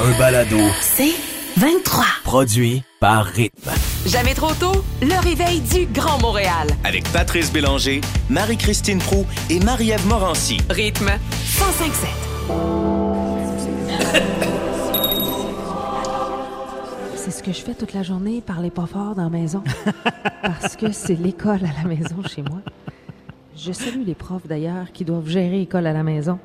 Un balado C'est 23. produit par Rythme. Jamais trop tôt, le réveil du Grand Montréal. avec Patrice Bélanger, Marie-Christine Prou et Marie-Ève Morancy. Rythme 105.7. C'est ce que je fais toute la journée, parler pas fort dans la maison. Parce que c'est l'école à la maison chez moi. Je salue les profs d'ailleurs qui doivent gérer école à la maison.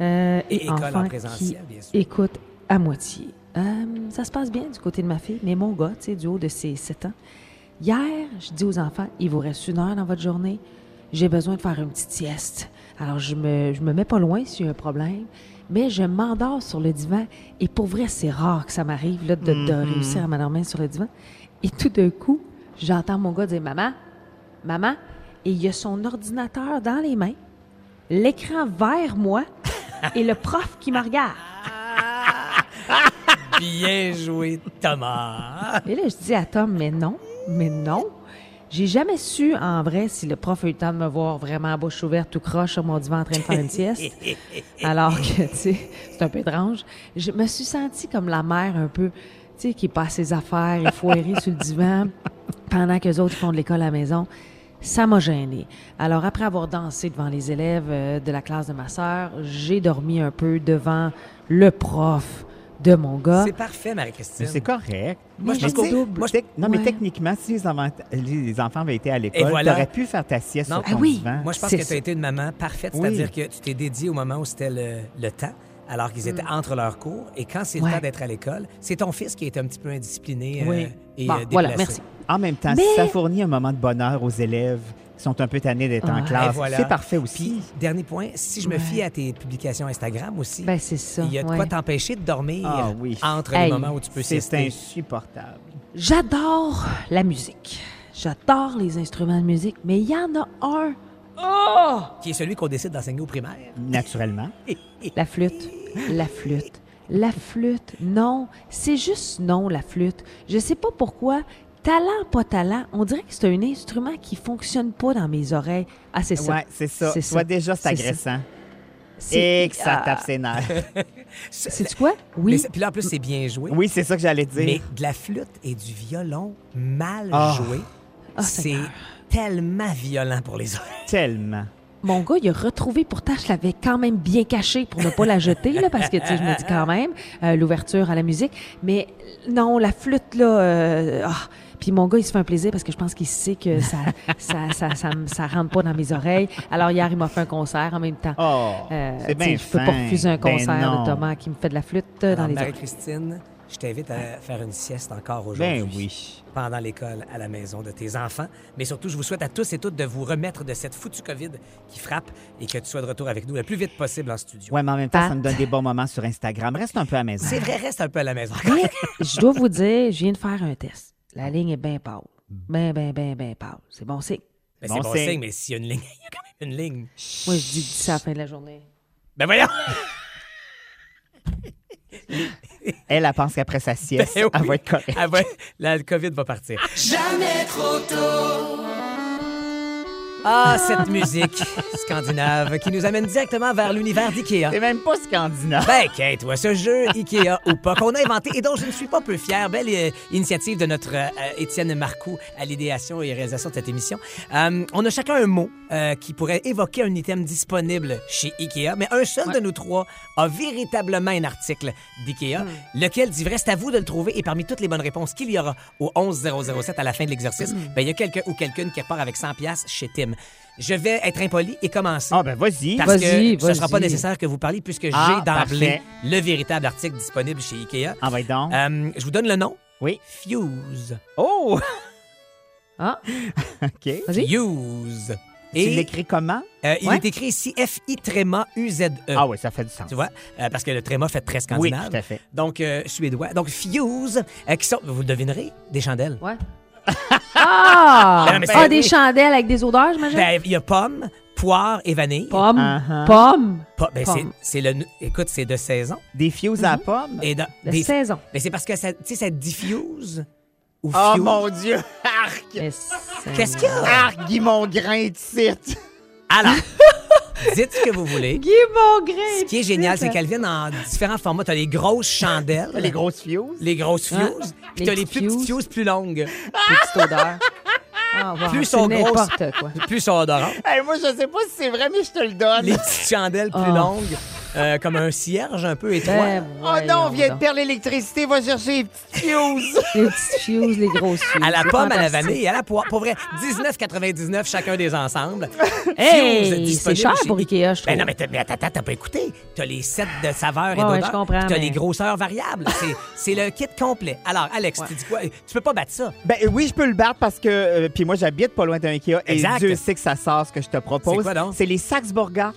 Euh, Et école en enfants présentiel, qui bien sûr. écoutent à moitié. Euh, ça se passe bien du côté de ma fille, mais mon gars, tu sais, du haut de ses 7 ans, hier, je dis aux enfants, il vous reste une heure dans votre journée, j'ai besoin de faire une petite sieste. Alors, je me, je me mets pas loin s'il y a un problème, mais je m'endors sur le divan. Et pour vrai, c'est rare que ça m'arrive là, de, de Mm-hmm. réussir à m'endormir sur le divan. Et tout d'un coup, j'entends mon gars dire Maman, maman, et il y a son ordinateur dans les mains, l'écran vers moi et le prof qui me regarde. Bien joué, Thomas. Et là, je dis à Tom, mais non, mais non. J'ai jamais su, en vrai, si le prof a eu le temps de me voir vraiment à bouche ouverte ou croche sur mon divan en train de faire une sieste. Alors que, tu sais, c'est un peu étrange. Je me suis sentie comme la mère un peu, tu sais, qui passe ses affaires et foirée sur le divan pendant que les autres font de l'école à la maison. Ça m'a gênée. Alors, après avoir dansé devant les élèves euh, de la classe de ma sœur, j'ai dormi un peu devant le prof de mon gars. C'est parfait, Mais c'est Marie-Christine. correct. Moi, je Mais pense qu'on- tu sais, moi, je- tec- Non, mais Ouais. techniquement, si les enfants, les enfants avaient été à l'école, voilà. t'aurais pu faire ta sieste Non. sur Ah ton oui. divan. Moi, je pense C'est que tu ça. as été une maman parfaite, Oui. c'est-à-dire que tu t'es dédiée au moment où c'était le, le temps, alors qu'ils étaient entre leurs cours. Et quand c'est le Ouais. temps d'être à l'école, c'est ton fils qui est un petit peu indiscipliné euh, Oui. et Bon, euh, voilà, déplacé. merci. En même temps, Mais- ça fournit un moment de bonheur aux élèves qui sont un peu tannés d'être en Ah. Et classe. voilà. C'est parfait aussi. Puis, dernier point, si je me Ouais. fie à tes publications Instagram aussi, Ben, c'est ça. il y a de ouais. quoi t'empêcher de dormir Ah oui. entre Hey. les moments où tu peux C'est siester. insupportable. J'adore la musique. J'adore les instruments de musique, mais il y en a un. Oh! Qui est celui qu'on décide d'enseigner au primaire. Naturellement. La flûte. La flûte. La flûte. Non. C'est juste non, la flûte. Je sais pas pourquoi. Talent, pas talent. On dirait que c'est un instrument qui fonctionne pas dans mes oreilles. Ah, c'est ça. Ouais, c'est ça. Soit déjà, c'est agressant. ça. Et que ça Ah, tape ses nerfs. C'est quoi? Mais Oui. c'est- Puis là, en plus, c'est bien joué. Oui, c'est ça que j'allais dire. Mais de la flûte et du violon mal Ah. joué, Ah, c'est Seigneur. tellement violent pour les oreilles. Tellement. Mon gars, il a retrouvé, pourtant, je l'avais quand même bien caché pour ne pas la jeter, là, parce que, tu sais, je me dis quand même, euh, l'ouverture à la musique. Mais euh, non, la flûte, là, euh, ah. puis mon gars, il se fait un plaisir parce que je pense qu'il sait que ça ça, ça, ça, me- ça rentre pas dans mes oreilles. Alors, hier, il m'a fait un concert en même temps. Oh, Euh, c'est tu sais, bien Je peux pas fin. refuser un Ben concert non. de Thomas qui me fait de la flûte euh, dans Alors, les oreilles. Marie-Christine, je t'invite à faire une sieste encore aujourd'hui. Ben oui. Pendant l'école, à la maison de tes enfants. Mais surtout, je vous souhaite à tous et toutes de vous remettre de cette foutue COVID qui frappe et que tu sois de retour avec nous le plus vite possible en studio. Ouais, mais en même temps, Pat. ça me donne des bons moments sur Instagram. Reste un peu à la maison. C'est vrai, reste un peu à la maison. Mais je dois vous dire, je viens de faire un test. Ah. La ligne est bien pâle. Mm. Ben, ben, ben, ben pâle. C'est bon signe. Ben, Bon c'est bon signe. signe, mais s'il y a une ligne, il y a quand même une ligne. Moi, je dis ça à la fin de la journée. Ben voyons! Elle, elle pense qu'après sa sieste, Ben oui. elle va être correcte. Ah ouais, la COVID va partir. Jamais trop tôt. Ah, cette musique scandinave qui nous amène directement vers l'univers C'est d'IKEA. même pas scandinave. Ben, quête, toi, ce jeu IKEA ou pas qu'on a inventé et dont je ne suis pas peu fier. Belle euh, initiative de notre euh, Étienne Marcoux à l'idéation et réalisation de cette émission. Euh, on a chacun un mot euh, qui pourrait évoquer un item disponible chez IKEA, mais un seul de nous trois a véritablement un article d'IKEA. Lequel dit vrai? C'est à vous de le trouver. Et parmi toutes les bonnes réponses qu'il y aura au 11007 à la fin de l'exercice, ben, il y a quelqu'un ou quelqu'une qui repart avec 100 pièces chez Tim. Je vais être impoli et commencer. Ah, ben vas-y. Parce Vas-y, que ce ne sera pas vas-y. nécessaire que vous parliez puisque Ah, j'ai d'emblée parfait. le véritable article disponible chez IKEA. Ah, ben donc. Euh, je vous donne le nom. Oui. Fuse. Oh! Ah, OK. vas-y. Fuse. Tu Et l'écris comment? euh, il Ouais. est écrit ici E F-I-Tréma-U-Z-E. Ah oui, ça fait du sens. Tu vois? Euh, parce que le tréma fait très Oui, scandinave. tout à fait. Donc, euh, suédois. Donc, Fuse, euh, qui sont, vous le devinerez, des chandelles. Ouais. Ah! Ben non, mais Ah, c'est- des chandelles avec des odeurs, j'imagine? Ben, il y a pomme, poire et vanille. pomme. Uh-huh. Pomme. Pa- ben, Pomme. c'est, c'est le, écoute, c'est de saison. Des fios à pommes? Mhm. Et dans- De des- saison. Mais c'est parce que ça, tu sais, ça diffuse ou Oh fuse. mon Ah, Dieu! Arc! Mais c'est- Qu'est-ce qu'il y a? Arc, Guy, mon grain de titre! Alors, Dites ce que vous voulez. Guy Mongrain! Ce qui est génial, c'est qu'elles viennent en différents formats. T'as les grosses chandelles, Les grosses fios. les grosses Hein? fuses, puis Les t'as les petites plus petites fuses. fuses plus longues. Petite odeur. Ah, wow, Plus c'est sont grosses. n'importe quoi. Plus sont odorantes. Hey, moi, je sais pas si c'est vrai, mais je te le donne. Les petites chandelles plus Oh. longues, euh, comme un cierge un peu étroit. Ben, Oh non, on voyons vient de donc. perdre l'électricité, va chercher les petites fios. Les petites fuses, les grosses fuses. À la C'est pomme, à la fantastique. vanille et à la poire. Pour vrai, 19,99 chacun des ensembles. Hey, Fuse disponible c'est cher chez pour Ikea, je trouve. Ben non, mais, t'as- mais attends, attends, t'as pas écouté. T'as les sets de saveurs et Ouais, ouais, d'odeurs. je comprends, puis T'as mais- les grosseurs variables. C'est- C'est le kit complet. Alors, Alex, tu dis quoi? Tu peux pas battre ça. Ben euh, oui, je peux le battre parce que. euh, puis moi, j'habite pas loin d'un Ikea et Exact. Dieu sait que ça sort ce que je te propose. C'est quoi donc? les Saxburger.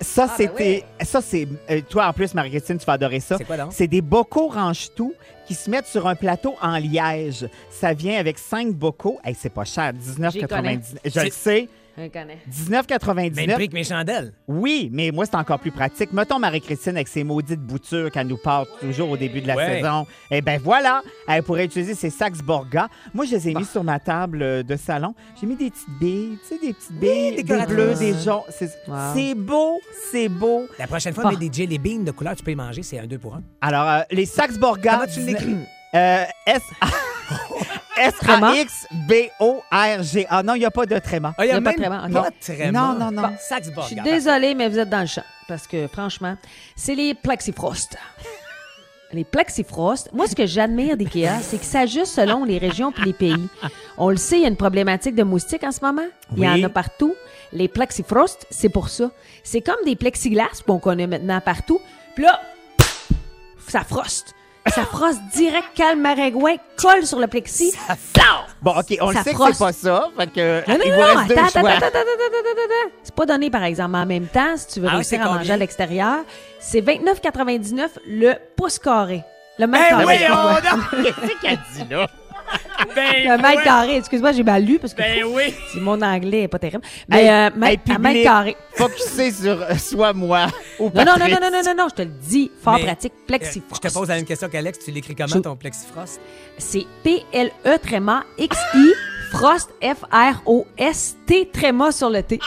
Ça, c'était. Ça, c'est. euh, toi, en plus, Marie-Christine, tu vas adorer ça. C'est quoi donc? C'est des bocaux range-tout qui se mettent sur un plateau en liège. Ça vient avec cinq bocaux. Hey, c'est pas cher. 19,99. Je le C'est- sais. Je connais. 19,99. Même prix que mes chandelles. Oui, mais moi, c'est encore plus pratique. Mettons Marie-Christine avec ses maudites boutures qu'elle nous porte toujours au début de la Ouais. saison. Eh ben voilà, elle pourrait utiliser ses sacs Borga. Moi, je les ai mis sur ma table euh, de salon. J'ai mis des petites billes, tu sais, des petites billes, des décoratrices. bleus, des jaunes. C'est Wow. c'est beau, c'est beau. La prochaine fois, Ah. mets des jelly beans de couleur, tu peux les manger, c'est un 2 pour 1. Alors, euh, les sacs Borga... Comment tu l'écris? Euh, S... Tréma? S-A-X-B-O-R-G-A. Non, il n'y a pas de tréma. Ah, il y Y a pas même de tréma, ok. pas de tréma. Non, non, non. Bon. Saxe Je suis Borgard. désolée, mais vous êtes dans le champ. Parce que, franchement, c'est les plexifrost. Les plexifrost, moi, ce que j'admire d'IKEA, c'est que ça ajuste selon les régions puis les pays. On le sait, il y a une problématique de moustiques en ce moment. Il y Oui. en a partout. Les plexifrost, c'est pour ça. C'est comme des plexiglas qu'on connaît maintenant partout. Puis là, ça froste. Ça froste direct, calme, maringouin, colle sur le plexi. Bon, OK, on Ça le sait que frosse. c'est pas ça. Fait que, Ah, Non, non, il non, vous non, reste deux attends, attends, choix. attends, attends, attends, attends, attends. C'est pas donné, par exemple. En même temps, si tu veux Ah oui, réussir c'est à combien? manger à l'extérieur, c'est 29,99 le pouce carré. Le mètre Ben Ah carré. oui, excuse-moi. Qu'est-ce qu'elle dit là? le mètre carré, excuse-moi, j'ai mal lu parce que pff, Ben oui. c'est- mon anglais est pas terrible. Mais euh, mètre- hey, à mètre public. carré. Focusez sur euh, soit moi ou Non, non, Patrice. non, non, non, non, non, non, je te le dis, fort Mais, euh, pratique, Je plexifrost. te pose la même question qu'Alex, tu l'écris comment Je- ton plexifrost? C'est P-L-E tréma X-I Frost F-R-O-S-T tréma sur le T.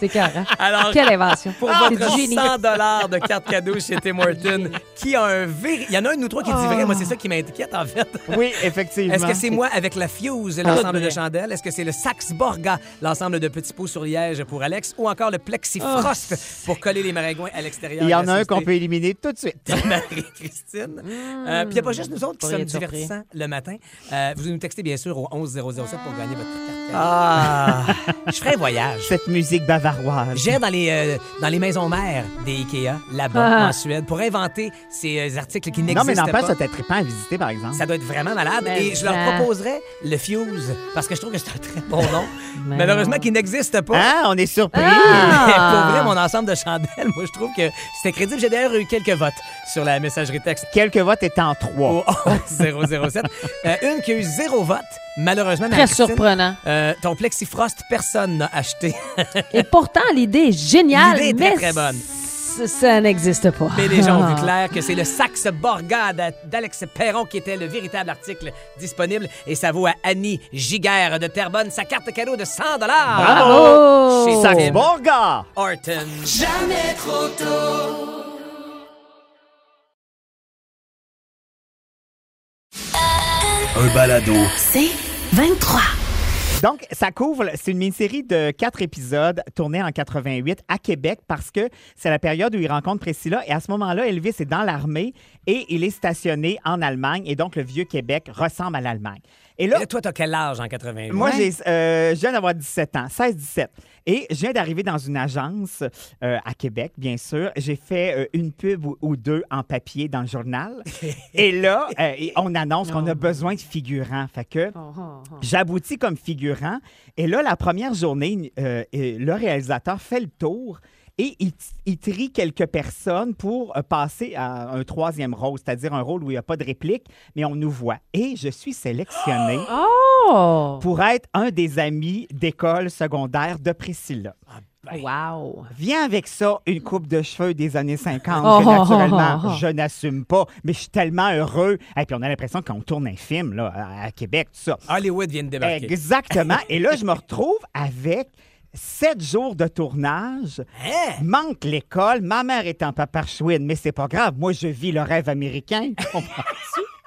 C'est carré. Alors, Ah, Quelle invention. Ah, Pour C'est votre du génie. 100 de carte cadeau chez Tim Horton, qui a un vrai... Il y en a un de nous trois qui dit vrai, moi c'est ça qui m'inquiète en fait. Oui, effectivement. Est-ce que c'est moi avec la Fuse, Ah, l'ensemble de chandelles? Est-ce que c'est le Saxe Borga, l'ensemble de petits pots sur liège pour Alex? Ou encore le Plexifrost Ah. pour coller les maringouins à l'extérieur? Il y de en la a un société? qu'on peut éliminer tout de suite. Marie-Christine. Euh, puis il n'y a pas juste nous autres qui Pourriez sommes être surpris. divertissants le matin. Euh, vous nous textez bien sûr au 11007 pour gagner votre carte. Ah! Je ferai un voyage. Cette musique bavaroise. J'irai dans les, euh, dans les maisons mères des IKEA, là-bas, Ah. en Suède, pour inventer ces euh, articles qui Non, mais n'existent pas. n'empêche, ça t'est trippant à visiter, par exemple. Ça doit être vraiment malade. Mais et je leur ça. proposerais le Fuse, parce que je trouve que c'est un très bon nom. Mais Malheureusement, non. qu'il n'existe pas. Hein? On est surpris. Mais Ah! Pour vrai, mon ensemble de chandelles, moi, je trouve que c'était crédible. J'ai d'ailleurs eu quelques votes sur la messagerie texte Quelques votes étant trois. au 007. Euh, une qui a eu zéro vote, malheureusement. Très Marie-Christine, surprenant. euh, ton Plexifrost, personne n'a acheté. Et pourtant, l'idée est géniale. L'idée est très, très mais bonne. c- Ça n'existe pas. Mais les gens Ah. ont vu clair que c'est le Saxe Borga d'a- d'Alex Perron qui était le véritable article disponible. Et ça vaut à Annie Giguère de Terrebonne sa carte cadeau de 100 Bravo! Chez Saxe Tim Borga! Horton. un balado, 23. Donc, ça couvre, c'est une mini-série de quatre épisodes tournée en 88 à Québec parce que c'est la période où il rencontre Priscilla et à ce moment-là, Elvis est dans l'armée et il est stationné en Allemagne et donc le vieux Québec ressemble à l'Allemagne. Et là, Et toi, t'as quel âge en 88? Moi, j'ai, euh, je viens d'avoir 17 ans, 16-17. Et je viens d'arriver dans une agence euh, à Québec, bien sûr. J'ai fait euh, une pub ou, ou deux en papier dans le journal. et là, euh, et on annonce qu'on a besoin de figurants. Fait que Oh. j'aboutis comme figurant. Et là, la première journée, euh, euh, le réalisateur fait le tour. Et il, t- il trie quelques personnes pour euh, passer à un troisième rôle, c'est-à-dire un rôle où il n'y a pas de réplique, mais on nous voit. Et je suis sélectionnée Oh! pour être un des amis d'école secondaire de Priscilla. Ben. Wow! Viens avec ça une coupe de cheveux des années 50 Oh, que oh, naturellement oh, oh, oh. je n'assume pas, mais je suis tellement heureux. Et puis on a l'impression qu'on tourne un film Ah, là, à- à Québec, tout ça. Hollywood vient de débarquer. Exactement. Et là, je me retrouve avec Sept jours de tournage, Hein? manque l'école, ma mère est en paparchouine, mais c'est pas grave, moi je vis le rêve américain.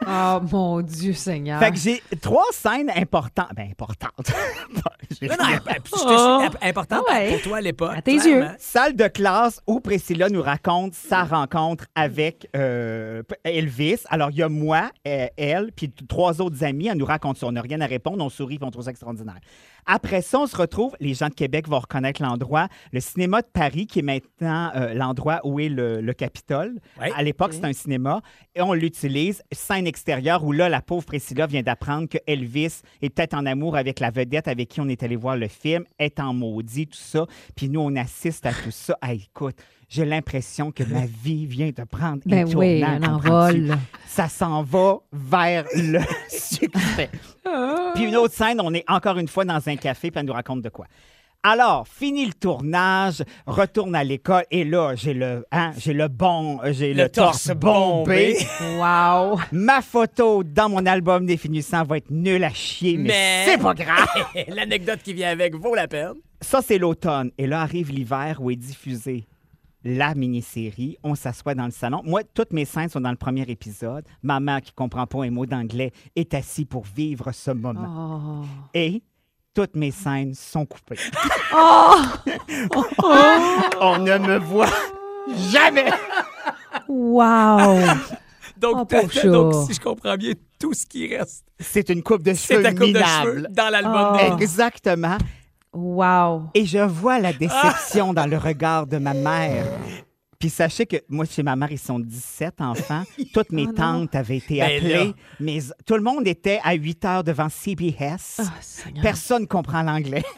Oh mon Dieu Seigneur. fait que j'ai trois scènes importantes. Ben, importantes. J'ai Non, non, euh, rien. imp- imp- Oh. imp- important Ah ouais. pour toi à l'époque. À tes clairement. Salle de classe où Priscilla nous raconte sa rencontre avec euh, P- Elvis. Alors, il y a moi, euh, elle, puis t- trois autres amis. Elle nous raconte ça. On n'a rien à répondre. On sourit, puis on trouve ça extraordinaire. Après ça, on se retrouve. Les gens de Québec vont reconnaître l'endroit. Le cinéma de Paris, qui est maintenant euh, l'endroit où est le, le Capitole. Ouais. À l'époque, c'est un cinéma. Et on l'utilise. Scène extérieure où là, la pauvre Priscilla vient d'apprendre que Elvis est peut-être en amour avec la vedette avec qui on est allé voir le film, est en maudit, tout ça. Puis nous, on assiste à tout ça. Ah, écoute, j'ai l'impression que ma vie vient de prendre un Ben oui, tournant, un comprends-tu? envol. Ça s'en va vers le succès. Puis une autre scène, on est encore une fois dans un café, puis elle nous raconte de quoi. Alors, fini le tournage, retourne à l'école, et là, j'ai le, hein, j'ai le bon, j'ai le, Le torse bombé. Wow. Ma photo dans mon album définissant va être nulle à chier, mais, Mais- c'est pas grave. L'anecdote qui vient avec vaut la peine. Ça, c'est l'automne. Et là arrive l'hiver où est diffusée la mini-série. On s'assoit dans le salon. Moi, toutes mes scènes sont dans le premier épisode. Maman, qui comprend pas un mot d'anglais, est assise pour vivre ce moment. Oh. Et toutes mes scènes sont coupées. On ne me voit jamais. Wow. Oh, Donc, pauvre t'as- donc, chat. si je comprends bien, tout ce qui reste, C'est une coupe de c'est cheveux ta coupe de cheveux Oh. minable. dans l'album. Ah. de- Exactement. Wow. Et je vois Ah. la déception dans le regard de ma mère. Puis sachez que moi, chez ma mère, ils sont 17 enfants. Toutes mes Oh non. tantes avaient été Ben là. appelées. Mais tout le monde était à 8 heures devant CBS. Ah, Seigneur. personne comprend l'anglais.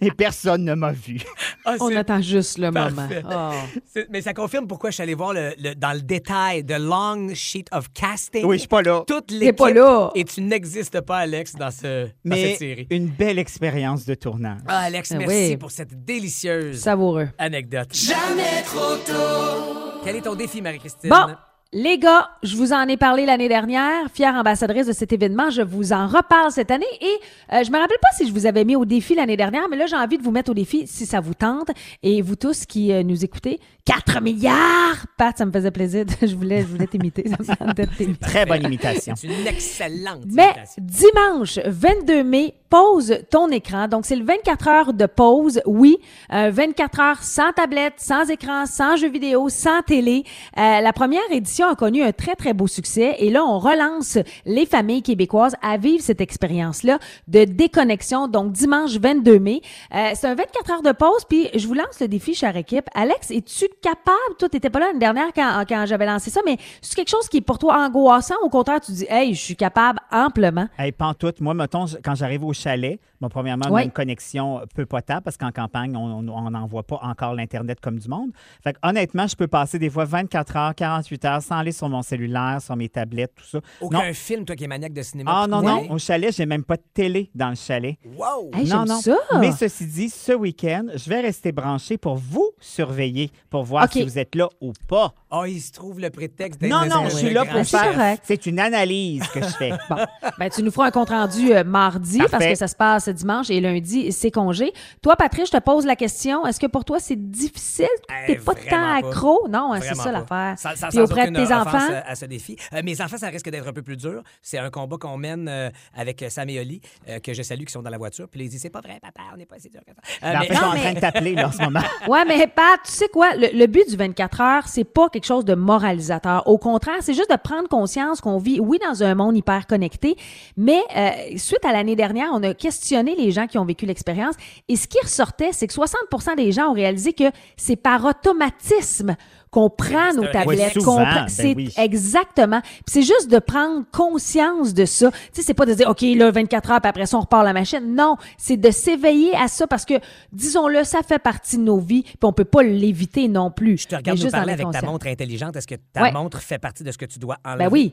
Et personne ne m'a vu. Ah, On c'est- attend juste le Parfait. moment. Oh. c'est- Mais ça confirme pourquoi je suis allé voir le, le- dans le détail The Long Sheet of Casting. Oui, je suis pas là. Toute T'es l'équipe. pas là. Et tu n'existes pas, Alex, dans, ce, dans Mais cette série. une belle expérience de tournage. Ah, Alex, Ah merci oui. pour cette délicieuse Savoureux. anecdote. Jamais trop tôt. Quel est ton défi, Marie-Christine? Bon, les gars, je vous en ai parlé l'année dernière, fière ambassadrice de cet événement. Je vous en reparle cette année et euh, je me rappelle pas si je vous avais mis au défi l'année dernière, mais là, j'ai envie de vous mettre au défi si ça vous tente. Et vous tous qui euh, nous écoutez, 4 milliards! Pat, ça me faisait plaisir. de- je voulais, je voulais t'imiter. Ça me tentait de t'imiter. Très bonne imitation. C'est une excellente Mais imitation. dimanche 22 mai, pause ton écran. Donc, c'est le 24 heures de pause, oui. Euh, 24 heures sans tablette, sans écran, sans jeux vidéo, sans télé. Euh, la première édition a connu un très, très beau succès. Et là, on relance les familles québécoises à vivre cette expérience-là de déconnexion. Donc, dimanche 22 mai. Euh, c'est un 24 heures de pause. Puis, je vous lance le défi, chère équipe. Alex, es-tu capable? Toi, t'étais pas là l'année dernière quand, quand j'avais lancé ça, mais c'est quelque chose qui est pour toi angoissant. Au contraire, tu dis, hey, je suis capable amplement. Hey, pantoute, moi, mettons, je- quand j'arrive au chalet, bon, premièrement, on a Ouais. une connexion peu potable parce qu'en campagne, on n'en voit pas encore l'Internet comme du monde. Fait que, honnêtement, je peux passer des fois 24 heures, 48 heures sans aller sur mon cellulaire, sur mes tablettes, tout ça. Aucun Non. film, toi qui es maniaque de cinéma. Ah tu hein? non, connais. non, au chalet, j'ai même pas de télé dans le chalet. Wow! Hey, non, j'aime non. ça. Mais ceci dit, ce week-end, je vais rester branché pour vous surveiller, pour voir OK. si vous êtes là ou pas. Ah, il se trouve le prétexte d'être Non, le- non, le je suis là grand pour c'est chef. faire. correct. C'est une analyse que je fais. Bon, ben, tu nous feras un compte-rendu euh, mardi parce Parfait. que ça se passe dimanche et lundi, c'est congé. Toi, Patrick, je te pose la question. Est-ce que pour toi, c'est difficile? Eh, T'es pas tant vraiment pas. accro? Non, hein, c'est Vraiment ça pas. l'affaire. Sans- sans- Puis sans auprès de aucune tes offense enfants? À, à ce défi. Euh, mes enfants, ça risque d'être un peu plus dur. C'est un combat qu'on mène euh, avec euh, Sam et Oli, euh, que je salue, qui sont dans la voiture. Puis là, ils disent, c'est pas vrai, papa, on n'est pas si dur que ça. Euh, Mais en mais- fait, ils sont en mais- train de t'appeler là, en ce moment. Ouais, mais Pat, tu sais quoi? Le, le but du 24 heures, c'est pas quelque chose de moralisateur. Au contraire, c'est juste de prendre conscience qu'on vit, oui, dans un monde hyper connecté, mais euh, suite à l'année dernière, on a questionné les gens qui ont vécu l'expérience et ce qui ressortait, c'est que 60 des gens ont réalisé que c'est par automatisme qu'on prend nos un- tablettes. Oui, qu'on souvent, prend- ben c'est oui. exactement. Puis c'est juste de prendre conscience de ça. Tu sais, c'est pas de dire, OK, là, 24 heures, puis après ça, on repart la machine. Non, c'est de s'éveiller à ça parce que, disons-le, ça fait partie de nos vies, puis on peut pas l'éviter non plus. Je te regarde Mais nous juste parler en être avec ta conscient. montre intelligente. Est-ce que ta Ouais. montre fait partie de ce que tu dois enlever? Ben oui.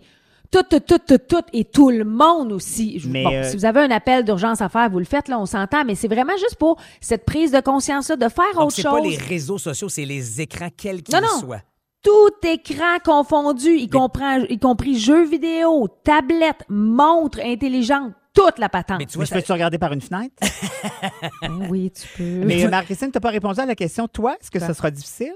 Tout, tout, tout, tout, tout, et tout le monde aussi. Je- Mais, bon, euh, si vous avez un appel d'urgence à faire, vous le faites, là, on s'entend, mais c'est vraiment juste pour cette prise de conscience-là, de faire Donc, autre c'est chose. pas les réseaux sociaux, c'est les écrans, quels qu'ils Non, non. soient. Tout écran confondu, y, comprend- y compris jeux vidéo, tablettes, montres intelligentes, toute la patente. Mais tu vois, Mais je ça- peux-tu regarder par une fenêtre? Ben oui, tu peux. Mais euh, Marie-Christine, tu n'as pas répondu à la question. Toi, est-ce que ça sera difficile?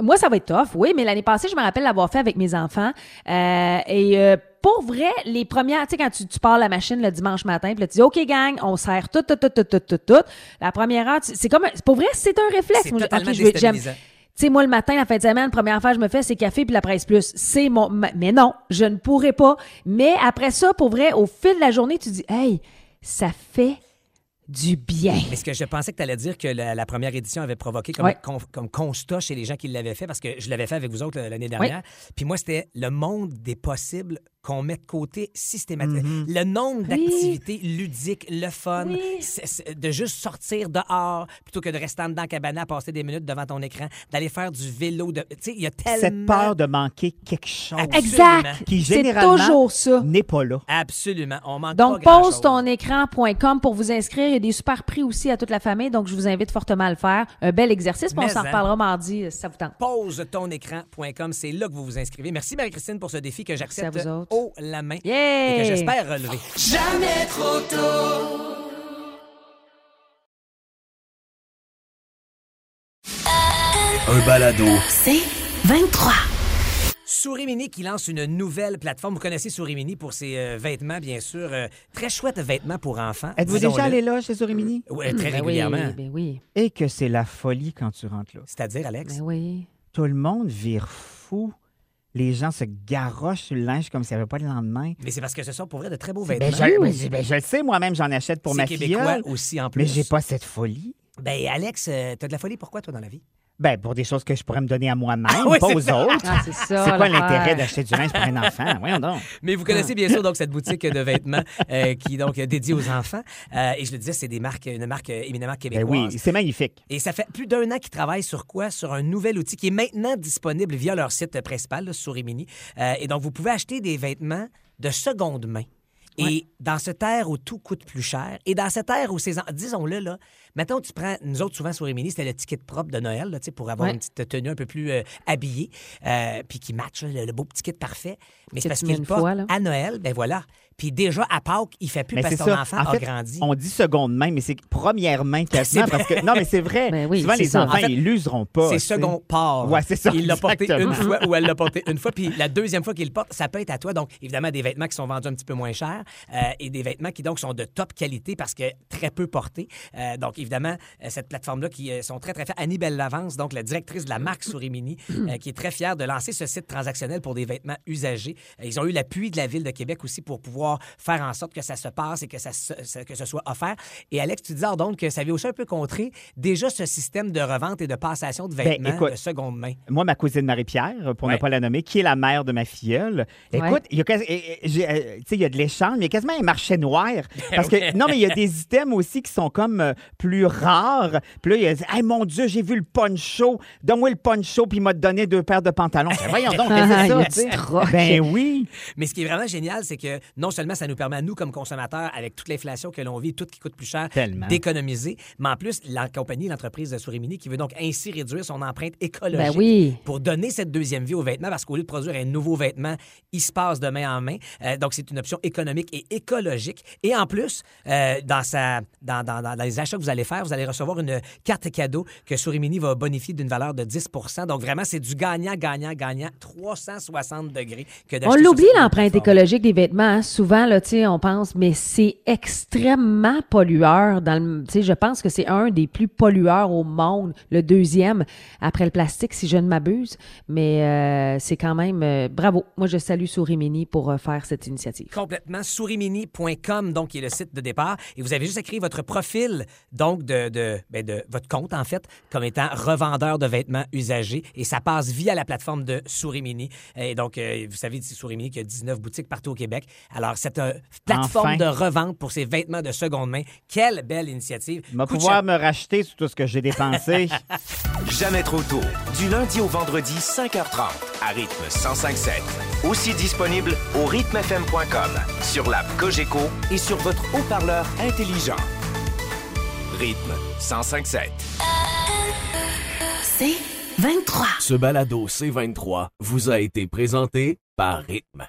Moi, ça va être tough, oui, mais l'année passée, je me rappelle l'avoir fait avec mes enfants. Euh, et euh, pour vrai, les premières, tu sais, quand tu, tu pars la machine le dimanche matin, puis là, tu dis, OK, gang, on serre tout, tout, tout, tout, tout, tout, tout. La première heure, tu- c'est comme, un- pour vrai, c'est un réflexe. C'est Moi, je- totalement OK, je veux- j'aime- déstabilisant. tu sais, moi, le matin, la fin de semaine, première affaire que je me fais, c'est café puis la presse plus. C'est mon... ma- Mais non, je ne pourrais pas. Mais après ça, pour vrai, au fil de la journée, tu dis, hey, ça fait du bien. Mais ce que je pensais que tu allais dire que la, la première édition avait provoqué comme, Ouais. con- comme constat chez les gens qui l'avaient fait, parce que je l'avais fait avec vous autres euh, l'année dernière. Puis moi, c'était le monde des possibles qu'on met de côté Mhm. systématiquement. Le nombre d'activités ludiques, le fun, c'est- c'est- de juste sortir dehors plutôt que de rester en dedans cabana à passer des minutes devant ton écran, d'aller faire du vélo. de- Tu sais, il y a tellement... Cette peur de manquer quelque chose Absolument. Exact. qui, C'est généralement, toujours ça. n'est pas là. Absolument. On manque Donc, pas grand-chose. pose ton écran.com pour vous inscrire. Il y a des super prix aussi à toute la famille, donc je vous invite fortement à le faire. Un bel exercice, puis on Mais s'en en. reparlera mardi euh, si ça vous tente. pose ton écran.com. C'est là que vous vous inscrivez. Merci Marie-Christine pour ce défi que j'accepte Merci à vous autres. haut la main Yeah! et que j'espère relever. Un balado. C'est 23. Sourimini qui lance une nouvelle plateforme. Vous connaissez Sourimini pour ses euh, vêtements, bien sûr. Euh, très chouettes vêtements pour enfants. Êtes-vous disons-le. déjà allé là chez Zorimini? Ouais, très Ben oui, régulièrement. ben oui, Et que c'est la folie quand tu rentres là. C'est-à-dire, Alex? ben oui. Tout le monde vire fou. Les gens se garochent sur le linge comme s'il n'y avait pas de lendemain. Mais c'est parce que ce sont pour vrai de très beaux Ben, vêtements. je, ben, je- ben, je le sais moi-même, j'en achète pour C'est ma québécois filleule. aussi, en plus. Mais j'ai pas cette folie. Ben, Alex, euh, t'as de la folie pourquoi, toi, dans la vie? Ben, pour des choses que je pourrais me donner à moi-même, oui, pas c'est aux ça. autres. Ah, c'est ça. C'est l'affaire. quoi l'intérêt d'acheter du linge pour un enfant? Voyons donc. Mais vous connaissez bien sûr donc cette boutique de vêtements euh, qui donc est dédiée aux enfants. Euh, et je le disais, c'est des marques, une marque euh, éminemment Ben québécoise. oui, c'est magnifique. Et ça fait plus d'un an qu'ils travaillent sur quoi? Sur un nouvel outil qui est maintenant disponible via leur site principal, là, Sourimini. Euh, et donc, vous pouvez acheter des vêtements de seconde main. Et dans cette ère où tout coûte plus cher, et dans cette ère où ces... en- Disons-le, là, maintenant tu prends... Nous autres, souvent, Sourimini, c'était le ticket propre de Noël, là, tu sais, pour avoir Ouais. une petite tenue un peu plus euh, habillée, euh, puis qui match, là, le, le beau petit kit parfait. Mais c'est Que parce tu mets qu'il une porte fois, là. à Noël, ben voilà. Puis déjà, à Pâques, il fait plus Mais parce c'est que ton ça. enfant en a fait, grandi. on dit seconde main, mais c'est première main quasiment parce que non, mais c'est vrai. Ben oui, Souvent c'est les ça. enfants En fait, ils l'useront pas. C'est tu sais. second port. Ouais, c'est ça, Il l'a porté exactement. une fois ou elle l'a porté une fois, puis la deuxième fois qu'il le porte, ça peut être à toi. Donc, évidemment, des vêtements qui sont vendus un petit peu moins cher euh, et des vêtements qui, donc, sont de top qualité parce que très peu portés. Euh, donc, évidemment, euh, cette plateforme-là qui euh, sont très, très fiers. Annabelle Lavance, donc, la directrice de la marque Sourimini, euh, qui est très fière de lancer ce site transactionnel pour des vêtements usagés. Euh, Ils ont eu l'appui de la Ville de Québec aussi pour pouvoir faire en sorte que ça se passe et que, ça se- ça- que ce soit offert. Et Alex, tu disais, donc, que ça avait aussi un peu contré déjà ce système de revente et de passation de vêtements Ben, vêtements écoute. de seconde main. Moi, ma cousine Marie-Pierre, pour Ouais. ne pas la nommer, qui est la mère de ma filleule. Ouais. Écoute, il y a quas- eh, eh, j'ai, euh, tu sais, il y a de l'échange, mais il y a quasiment un marché noir. Ben Parce que, non, mais il y a des items aussi qui sont comme euh, plus rares. Puis là, il a dit Hey, mon Dieu, j'ai vu le poncho. Donne-moi le poncho, puis il m'a donné deux paires de pantalons. Je fais, Voyons donc, qu'est-ce Ah, il y a que du c'est ça? tu sais? troc. Ben oui. Mais ce qui est vraiment génial, c'est que non seulement ça nous permet à nous, comme consommateurs, avec toute l'inflation que l'on vit, tout qui coûte plus cher, Tellement. d'économiser, mais en plus, la compagnie, l'entreprise de Sourimini, qui veut donc ainsi réduire son empreinte écologique Ben oui. pour donner cette deuxième vie aux vêtements, parce qu'au lieu de produire un nouveau vêtement, il se passe de main en main. Euh, donc, c'est une option économique et écologique. Et en plus, euh, dans, sa, dans, dans- dans- dans les achats que vous allez faire, vous allez recevoir une carte cadeau que Sourimini va bonifier d'une valeur de 10 Donc, vraiment, c'est du gagnant, gagnant, gagnant, 360 degrés que On d'acheter l'oublie sur cette l'empreinte plateforme. écologique des vêtements. hein. Souvent, là, tu sais, on pense, mais c'est extrêmement pollueur. Dans le, tu sais, je pense que c'est un des plus pollueurs au monde, le deuxième après le plastique, si je ne m'abuse. Mais euh, c'est quand même euh, bravo. Moi, je salue Sourimini pour euh, faire cette initiative. Complètement. Sourimini.com, donc, qui est le site de départ. Et vous avez juste à créer votre profil, donc, de, de, ben, de votre compte, en fait, comme étant revendeur de vêtements usagés. Et ça passe via la plateforme de Sourimini. Et donc, euh, vous savez, d'ici Sourimini, qu'il y a 19 boutiques partout au Québec. Alors, cette euh, plateforme Enfin. de revente pour ces vêtements de seconde main, quelle belle initiative. Il va Coup de pouvoir chapeau. me racheter sur tout ce que j'ai dépensé. Jamais trop tôt. Du lundi au vendredi, 5h30, à rythme 105.7. Aussi disponible au rythmefm.com, sur l'app Cogeco et sur votre haut-parleur intelligent. Rythme 105.7. C'est 23. Ce balado C23 vous a été présenté par Rythme.